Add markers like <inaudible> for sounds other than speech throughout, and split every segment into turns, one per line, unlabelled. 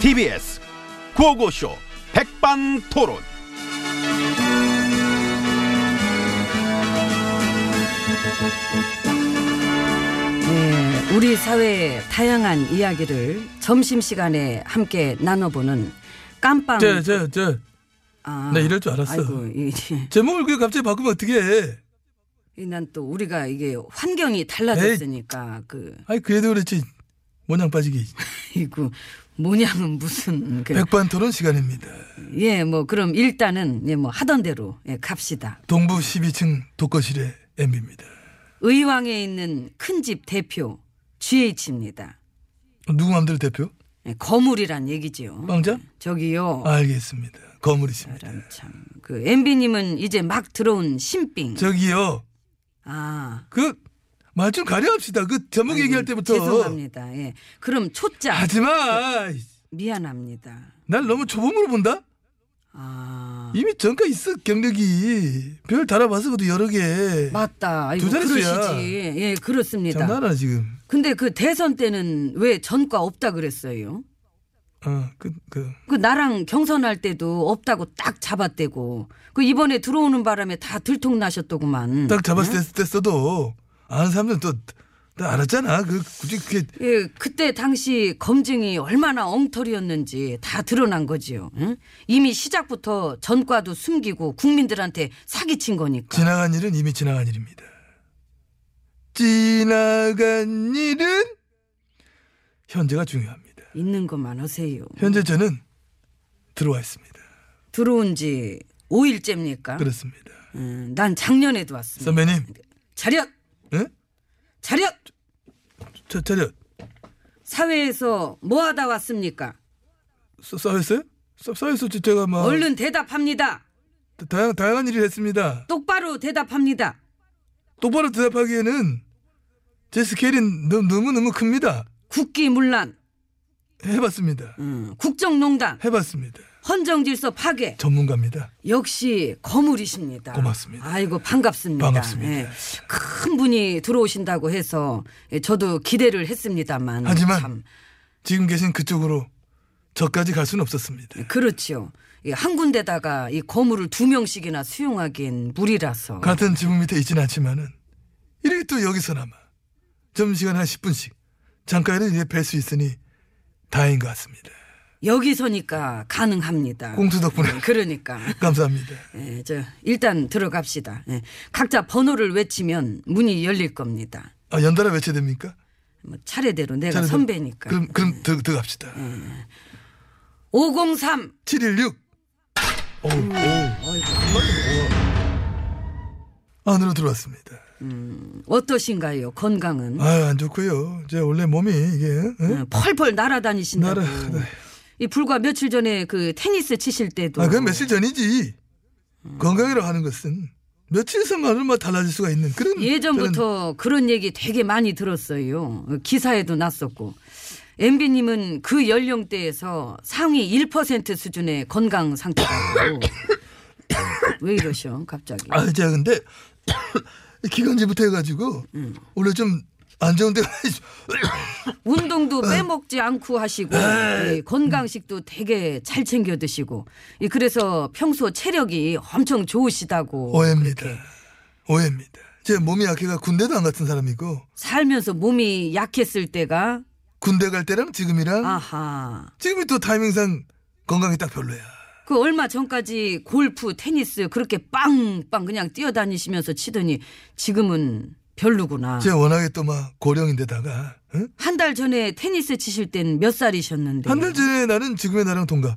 TBS 구호고쇼 백반토론.
네, 우리 사회의 다양한 이야기를 점심시간에 함께 나눠보는 깜빵.
네, 저, 저, 저.
아,
나 이럴 줄 알았어.
아이고, 이,
제목을 그 갑자기 바꾸면 어떻게 해?
난또 우리가 이게 환경이 달라졌으니까 그,
아이, 그래도 그렇지. 모양 빠지기.
이고 모양은 무슨 그,
백반 토론 시간입니다.
예, 뭐 그럼 일단은 예, 뭐 하던 대로 예, 갑시다.
동부 12층 독거실의 엠비입니다.
의왕에 있는 큰 집 대표 GH입니다. 예,
누구 맘대로 대표?
거물이란 얘기지요.
빵자?
저기요.
아. 알겠습니다. 거물이십니다.
사람 참. 그 MB님은 이제 막 들어온 신빙.
저기요.
아.
그, 말 좀 가려합시다. 그 제목 얘기할 때부터.
음,
아,
죄송합니다. 예. 그럼 초짜.
하지마.
미안합니다.
날 너무 초범으로 본다?
아.
이미 전과 있어, 경력이. 별 달아봤어, 그래도 여러 개.
맞다. 아이고,
두 자릿수야.
그러시지. 예, 그렇습니다.
장난하나, 지금.
근데 그 대선 때는 왜 전과 없다 그랬어요?
어, 그, 그.
그 나랑 경선할 때도 없다고 딱 잡았대고. 그 이번에 들어오는 바람에 다 들통나셨더구만. 예?
딱 잡았을 때 써도 아는 사람들은 또다 알았잖아. 그 굳이 그게
예, 그때 당시 검증이 얼마나 엉터리였는지 다 드러난 거지요. 응? 이미 시작부터 전과도 숨기고 국민들한테 사기친 거니까.
지나간 일은 이미 지나간 일입니다. 지나간 일은 현재가 중요합니다.
있는 것만 하세요.
현재 저는 들어와 있습니다.
들어온 지 5일째입니까?
그렇습니다.
음, 난 작년에도 왔습니다.
선배님,
자력!
예?
자력!
저 자료
사회에서 뭐 하다 왔습니까?
써- 써였어요? 써- 써였어 제가 막
얼른 대답합니다.
다양 다양한 일을 했습니다.
똑바로 대답합니다.
똑바로 대답하기에는 제 스케일이 너무 너무 큽니다.
국기 문란,
해봤습니다.
음, 국정농단,
해봤습니다.
헌정질서 파괴,
전문가입니다.
역시 거물이십니다.
고맙습니다.
아이고 반갑습니다.
반갑습니다.
예. 큰 분이 들어오신다고 해서 예, 저도 기대를 했습니다만
하지만
참
지금 계신 그쪽으로 저까지 갈 수는 없었습니다.
그렇죠. 예, 한 군데다가 이 거물을 두 명씩이나 수용하기엔 무리라서
같은 지붕 밑에 있진 않지만은 이렇게 또 여기서나마 점심시간 한 10분씩 잠깐이라도 이제 뵐 수 있으니 다행인 것 같습니다.
여기서니까 가능합니다.
꽁투 덕분에
예, 그러니까
감사합니다.
예, 저 일단 들어갑시다. 예, 각자 번호를 외치면 문이 열릴 겁니다.
아, 연달아 외쳐야 됩니까?
뭐 차례대로 내가
저는
선배니까. 네.
그럼, 그럼 들, 들어갑시다.
503
716! 오,
음.
오.
어이구.
안으로 아, 들어왔습니다.
어떠신가요? 건강은?
아유, 안 좋고요. 제 원래 몸이 이게, 응?
예, 펄펄 날아다니신다고.
날아- 네.
이 불과 며칠 전에 그 테니스 치실 때도
아, 그건 며칠 전이지.
음.
건강이라고 하는 것은 며칠에서만은 막 달라질 수가 있는 그런 저는
음, 예전부터 그런 얘기 되게 많이 들었어요. 기사에도 났었고. MB님은 그 연령대에서 상위 1% 수준의 건강
<laughs>
상태라고. 왜 이러셔, 갑자기.
아 제가 근데 <coughs> 기관지부터 해가지고
음.
원래 좀 안 좋은 데가
운동도 빼먹지 않고 하시고,
아.
예, 건강식도 되게 잘 챙겨 드시고, 예, 그래서 평소 체력이 엄청 좋으시다고.
오해입니다. 오해입니다. 제 몸이 약해가 군대도 안 같은 사람이고
살면서 몸이 약했을 때가,
군대 갈 때랑 지금이랑
아하.
지금이 또 타이밍상 건강이 딱 별로야.
그 얼마 전까지 골프, 테니스 그렇게 빵빵 그냥 뛰어다니시면서 치더니 지금은 별로구나.
제가 워낙에 또 막 고령인데다가
한 달 전에 테니스 치실 땐 몇 살이셨는데.
한 달 전에 나는 지금의 나랑 동갑.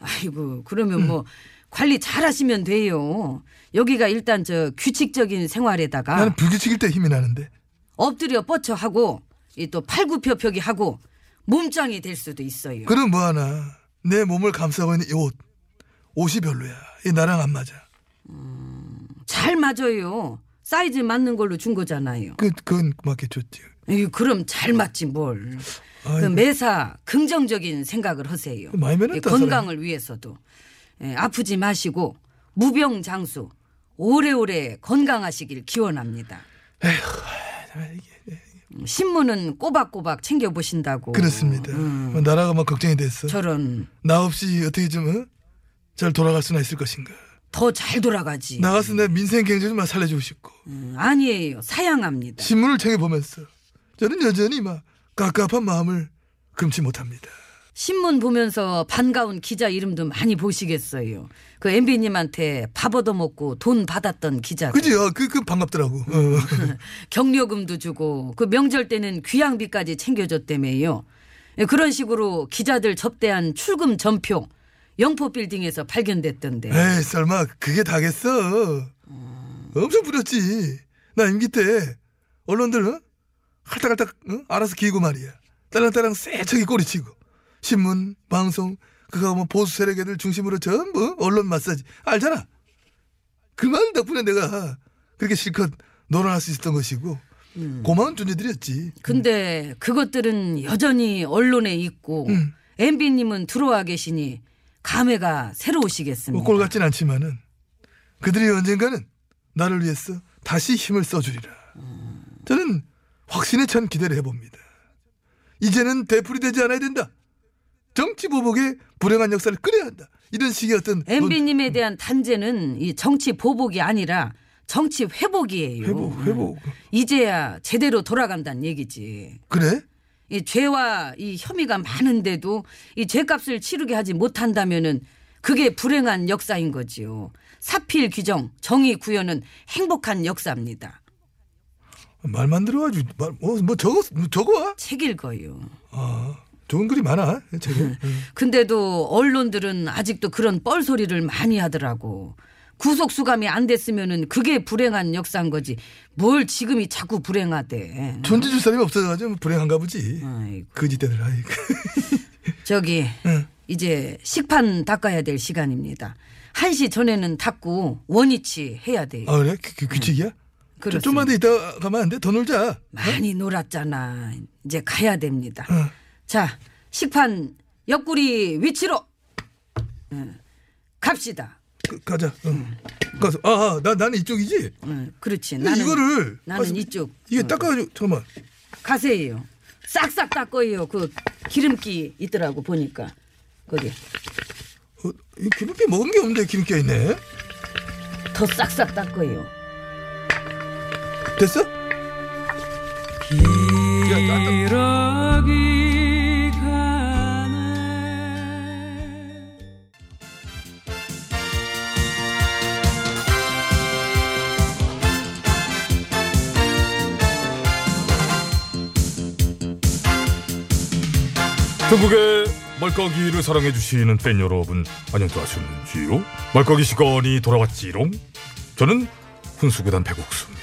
아이고
음.
그러면 뭐 관리 잘하시면 돼요. 여기가 일단 저 규칙적인 생활에다가
나는 불규칙일 때 힘이 나는데
엎드려 뻗쳐 하고 이 또 팔굽혀펴기 하고 몸짱이 될 수도
예.
있어요.
그럼 뭐 하나 내 몸을 감싸고 있는 이 옷. 옷이 별로야. 이 나랑 안 맞아.
잘 맞아요. 사이즈 맞는 걸로 준 거잖아요.
그 그건 맞겠죠.
에이, 그럼 잘 맞지 뭘. 그
아이고. 그
매사 긍정적인 생각을 하세요.
많이 변했다,
예, 건강을 위해서도 예, 아프지 마시고 무병장수 오래오래 건강하시길 기원합니다.
아, 이게, 이게
신문은 꼬박꼬박 챙겨보신다고.
그렇습니다.
음,
뭐 나라가 막 걱정이 됐어.
저런
나 없이 어떻게 좀 잘 돌아갈 수나 있을 것인가.
더 잘 돌아가지.
나가서 내 민생 경제 좀 살려주고 싶고
예. 음, 아니에요. 사양합니다.
신문을 챙겨 보면서 저는 여전히 막 깝깝한 마음을 금치 못합니다.
신문 보면서 반가운 기자 이름도 많이 보시겠어요. 그 MB님한테 밥 얻어먹고 돈 받았던 기자.
그지요? 그, 그 반갑더라고.
음.
어.
경려금도 주고 그 명절 때는 귀향비까지 챙겨줬다며요. 예, 그런 식으로 기자들 접대한 출금 전표 영포 빌딩에서 발견됐던데.
에이 설마 그게 다겠어. 엄청 부렸지. 나 임기 때 언론들 어? 할딱할딱 어? 알아서 기고 말이야. 딸랑딸랑 세척이 꼬리치고 신문, 방송 그거 뭐 보수 세력애들 중심으로 전부 언론 마사지 알잖아. 그만 덕분에 내가 그렇게 실컷 논란할 수 있었던 것이고 고마운 존재들이었지.
근데 그것들은 여전히 언론에 있고
음.
MB님은 들어와 계시니 감회가 새로우시겠습니다.
그 뭐꼴 같진 않지만은 그들이 언젠가는 나를 위해서 다시 힘을 써주리라. 저는 확신에 찬 기대를 해봅니다. 이제는 대풀이 되지 않아야 된다. 정치 보복의 불행한 역사를 끊어야 한다. 이런 식의 어떤 논-
MB님에 대한 단죄는 이 정치 보복이 아니라 정치 회복이에요.
회복, 회복.
이제야 제대로 돌아간다는 얘기지.
그래?
이 죄와 이 혐의가 많은데도 이 죄값을 치르게 하지 못한다면은 그게 불행한 역사인 거지요. 사필 규정, 정의 구현은 행복한 역사입니다.
말만 들어가지고 말, 뭐, 뭐 적어 적어 와.
책 읽어요.
아, 좋은 글이 많아.
<laughs>
책에.
음. 근데도 언론들은 아직도 그런 뻘소리를 많이 하더라고. 구속 수감이 안 됐으면은 그게 불행한 역사인 거지. 뭘 지금이 자꾸 불행하대.
존재 줄 사람이 없어가지고 불행한가 보지. 그
아이고.
거지대들 아이.
저기 이제 식판 닦아야 될 시간입니다. 1시 전에는 닦고 원위치 해야 돼요.
아 그래? 규, 규, 규칙이야? 좀-
음. 그렇습니다. 음.
좀만 더 있다 가면 안 돼? 더 놀자.
많이 놀았잖아. 이제 가야 됩니다.
응.
자, 식판 옆구리 위치로 응, 갑시다.
그, 가자. 응. 가서 아, 아, 나 나는 이쪽이지.
응, 그렇지.
근데
나는
이거를
나는
가서
이쪽.
이게
응.
닦아가지고 잠깐만.
가세요. 싹싹 닦어요. 그 기름기 있더라고 보니까 거기
어, 이 기름기 먹은 게 없는데 기름기가 있네.
더 싹싹 닦어요.
됐어? 야, 나,
전국의 말까기를 사랑해주시는 팬 여러분 안녕하셨는지요? 말까기 시간이 돌아왔지롱? 저는 훈수구단 배국수입니다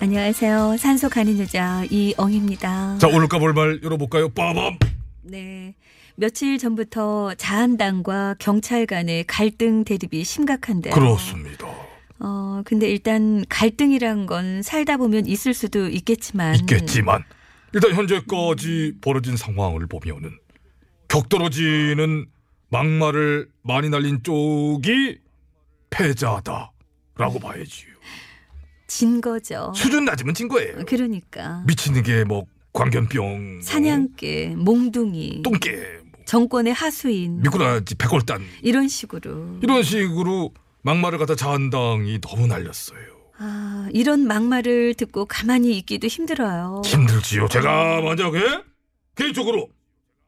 안녕하세요. 산소 가는 여자 이엉입니다.
자 오늘 까볼 말 열어볼까요? 빠밤!
네. 며칠 전부터 자한당과 경찰 간의 갈등 대립이 심각한데요.
그렇습니다
어, 근데 일단 갈등이란 건 살다 보면 있을 수도 있겠지만
있겠지만 일단 현재까지 벌어진 상황을 보면은 격떨어지는 막말을 많이 날린 쪽이 패자다라고 봐야지요
진 거죠.
수준 낮으면 진 거예요
그러니까
미치는 게 뭐 광견병 뭐
사냥개, 몽둥이,
똥개 뭐
정권의 하수인
미꾸라지 백골단
이런 식으로
이런 식으로 막말을 갖다 자한당이 너무 날렸어요.
아, 이런 막말을 듣고 가만히 있기도 힘들어요.
힘들지요. 제가 만약에 개인적으로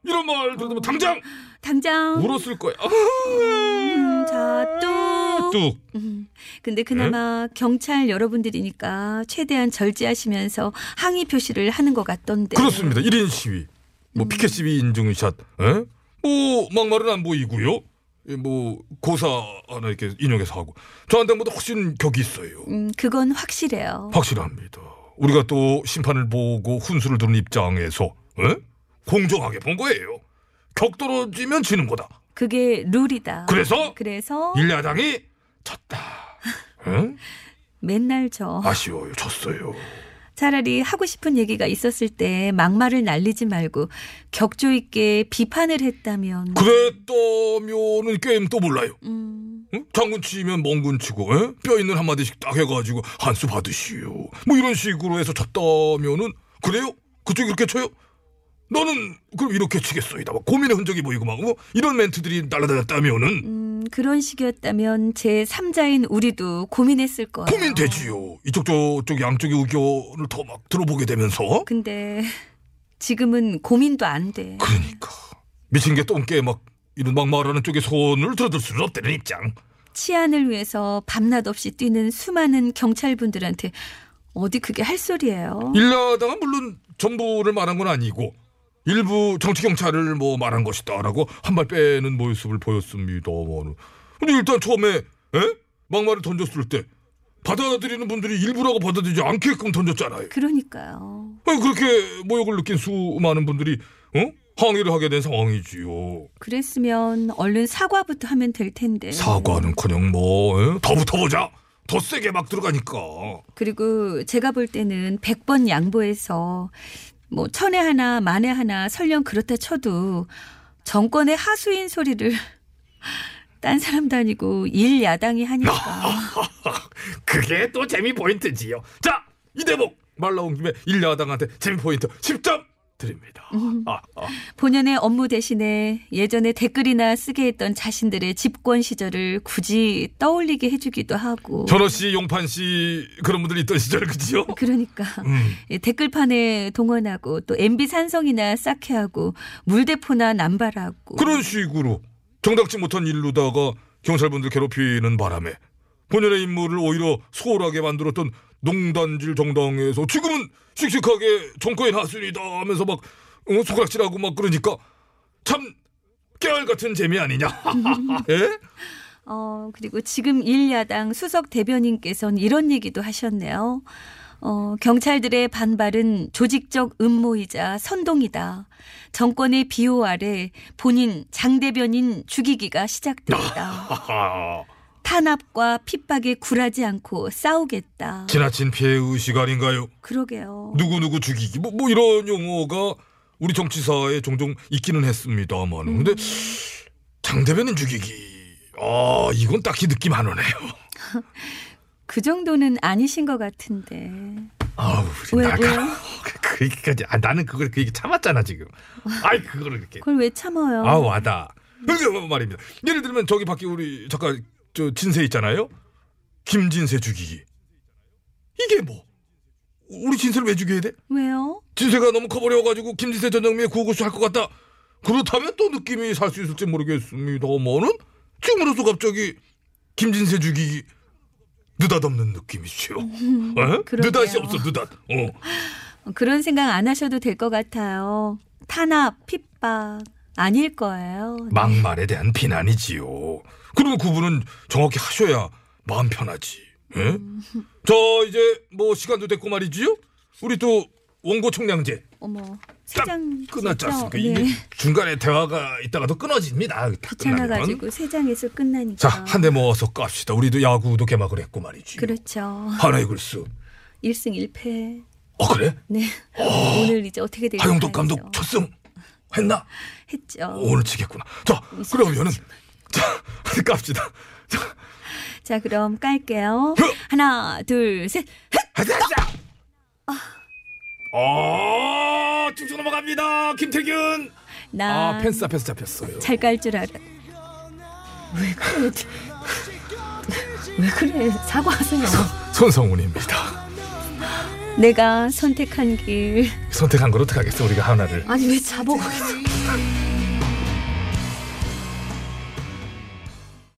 이런 말 들으면 당장
당장
울었을 거예요. 아,
음, 자, 뚝.
뚝
음, 근데 그나마
네?
경찰 여러분들이니까 최대한 절제하시면서 항의 표시를 하는 것 같던데.
그렇습니다. 1인 시위, 뭐 피켓 시위 인증샷, 에? 뭐 막말은 안 보이고요. 예, 뭐 고사 하나 이렇게 인용해서 하고 자한당보다 훨씬 격이 있어요.
음, 그건 확실해요.
확실합니다. 우리가 또 심판을 보고 훈수를 두는 입장에서 에? 공정하게 본 거예요. 격떨어지면 지는 거다.
그게 룰이다.
그래서? 예.
그래서
일야당이 졌다. 응?
맨날 저
아쉬워요. 졌어요.
차라리 하고 싶은 얘기가 있었을 때 막말을 날리지 말고 격조 있게 비판을 했다면.
그 그랬다면은 게임 또 몰라요.
음,
응? 장군 치면 멍군 치고 에? 뼈 있는 한마디씩 딱 해가지고 한 수 받으시오. 뭐 이런 식으로 해서 졌다면은 그래요? 그쪽이 그렇게 쳐요? 너는 그럼 이렇게 치겠소이다. 막 고민의 흔적이 보이고 막 뭐 이런 멘트들이 날라다녔다면은
음, 그런 식이었다면 제 3자인 우리도 고민했을 거예요.
고민되지요. 이쪽 저쪽 양쪽의 의견을 더 막 들어보게 되면서
근데 지금은 고민도 안 돼.
그러니까 미친 게 똥개 막 이런 막 말하는 쪽의 소원을 들어들 수는 없다는 입장.
치안을 위해서 밤낮 없이 뛰는 수많은 경찰분들한테 어디 그게 할 소리예요.
일야당은 물론 전부를 말한 건 아니고 일부 정치 경찰을 뭐 말한 것이다라고 한 발 빼는 모습을 보였습니다. 근데 일단 처음에 에? 막말을 던졌을 때 받아들이는 분들이 일부라고 받아들이지 않게끔 던졌잖아요.
그러니까요.
아니, 그렇게 모욕을 느낀 수많은 분들이 어? 항의를 하게 된 상황이지요.
그랬으면 얼른 사과부터 하면 될 텐데.
사과는커녕 뭐 에? 더 붙어보자. 더 세게 막 들어가니까.
그리고 제가 볼 때는 100번 양보해서 뭐 천에 하나 만에 하나 설령 그렇다 쳐도 정권의 하수인 소리를 <laughs> 딴 사람도 아니고 일 야당이 하니까
<laughs> 그게 또 재미 포인트지요. 자, 이 대목 말 나온 김에 일야당한테 재미 포인트 10점 드립니다. 아, 아.
본연의 업무 대신에 예전에 댓글이나 쓰게 했던 자신들의 집권 시절을 굳이 떠올리게 해주기도 하고
전호 씨, 용판 씨 그런 분들 있던 시절 그지요?
그러니까
음.
예, 댓글판에 동원하고 또 MB 산성이나 싹해하고 물대포나 남발하고
그런 식으로 정당치 못한 일로다가 경찰분들 괴롭히는 바람에 본연의 임무를 오히려 소홀하게 만들었던 농단질 정당에서 지금은 씩씩하게 정권의 하순이다 하면서 막 어, 손가락질하고 막 그러니까 참 깨알 같은 재미 아니냐? 예?
어, 그리고 지금 일야당 수석 대변인께서는 이런 얘기도 하셨네요. 어, 경찰들의 반발은 조직적 음모이자 선동이다. 정권의 비호 아래 본인 장대변인
<laughs>
죽이기가 시작됐다.
하하.
탄압과 핍박에 굴하지 않고 싸우겠다.
지나친 피해 의식 아닌가요?
그러게요.
누구 누구 죽이기 뭐, 뭐 이런 용어가 우리 정치사에 종종 있기는 했습니다만 근데 장 대변인 죽이기 아 이건 딱히 느낌 안 오네요.
그 정도는 아니신 것 같은데.
아우
왜,
우리
왜요?
나가 <laughs> 그 얘기까지 아 나는 그걸 그 얘기 참았잖아 지금. 아이 그거를 이렇게
그걸 왜 참아요?
아 와다. 그러니까 말입니다. 예를 들면 저기 밖에 우리 잠깐 저 진세 있잖아요. 김진세 죽이기 이게 뭐 우리 진세를 왜 죽여야 돼?
왜요?
진세가 너무 커버려가지고 김진세 전정미의 구호고수 할 것 같다. 그렇다면 또 느낌이 살 수 있을지 모르겠습니다만은 지금으로서 갑자기 김진세 죽이기 느닷없는 느낌이시요. 에?
음, 그러네요.
느닷이 없어 느닷. 어.
그런 생각 안 하셔도 될 것 같아요. 탄압, 핍박 아닐 거예요.
막말에 대한 비난이지요. 그러면 구분은 정확히 하셔야 마음 편하지. 예?
음.
자 이제 뭐 시간도 됐고 말이지요. 우리 또 원고 청량제
어머,
딱
세장
끝났지
진짜,
않습니까?
네.
이게 중간에 대화가 있다가도 끊어집니다. 다 끝나면.
귀찮아가지고 세 장에서 끝나니까.
자, 한 대 모아서 깝시다. 우리도 야구도 개막을 했고 말이지.
그렇죠.
하나의 글쓰.
일승일패
어, 그래?
네. 오늘 이제 어떻게 될지.
하영덕
봐야죠. 그렇죠.
감독 첫승 했나?
했죠.
오늘 치겠구나. 자, 그러면은. 자, <laughs> 한대 깝시다. 자,
자, 그럼 깔게요. 하나, 둘, 셋.
하자! 하자!
아.
어, 쭉쭉 넘어갑니다. 김태균.
나.
아, 펜스 앞에서 잡혔어요.
잘 깔 줄 알아. 왜 그래? 왜 그래? 사과하세요.
손성훈입니다.
내가 선택한 길.
선택한 걸 어떡하겠어, 우리가 하나를.
아니 왜 자보고 있어?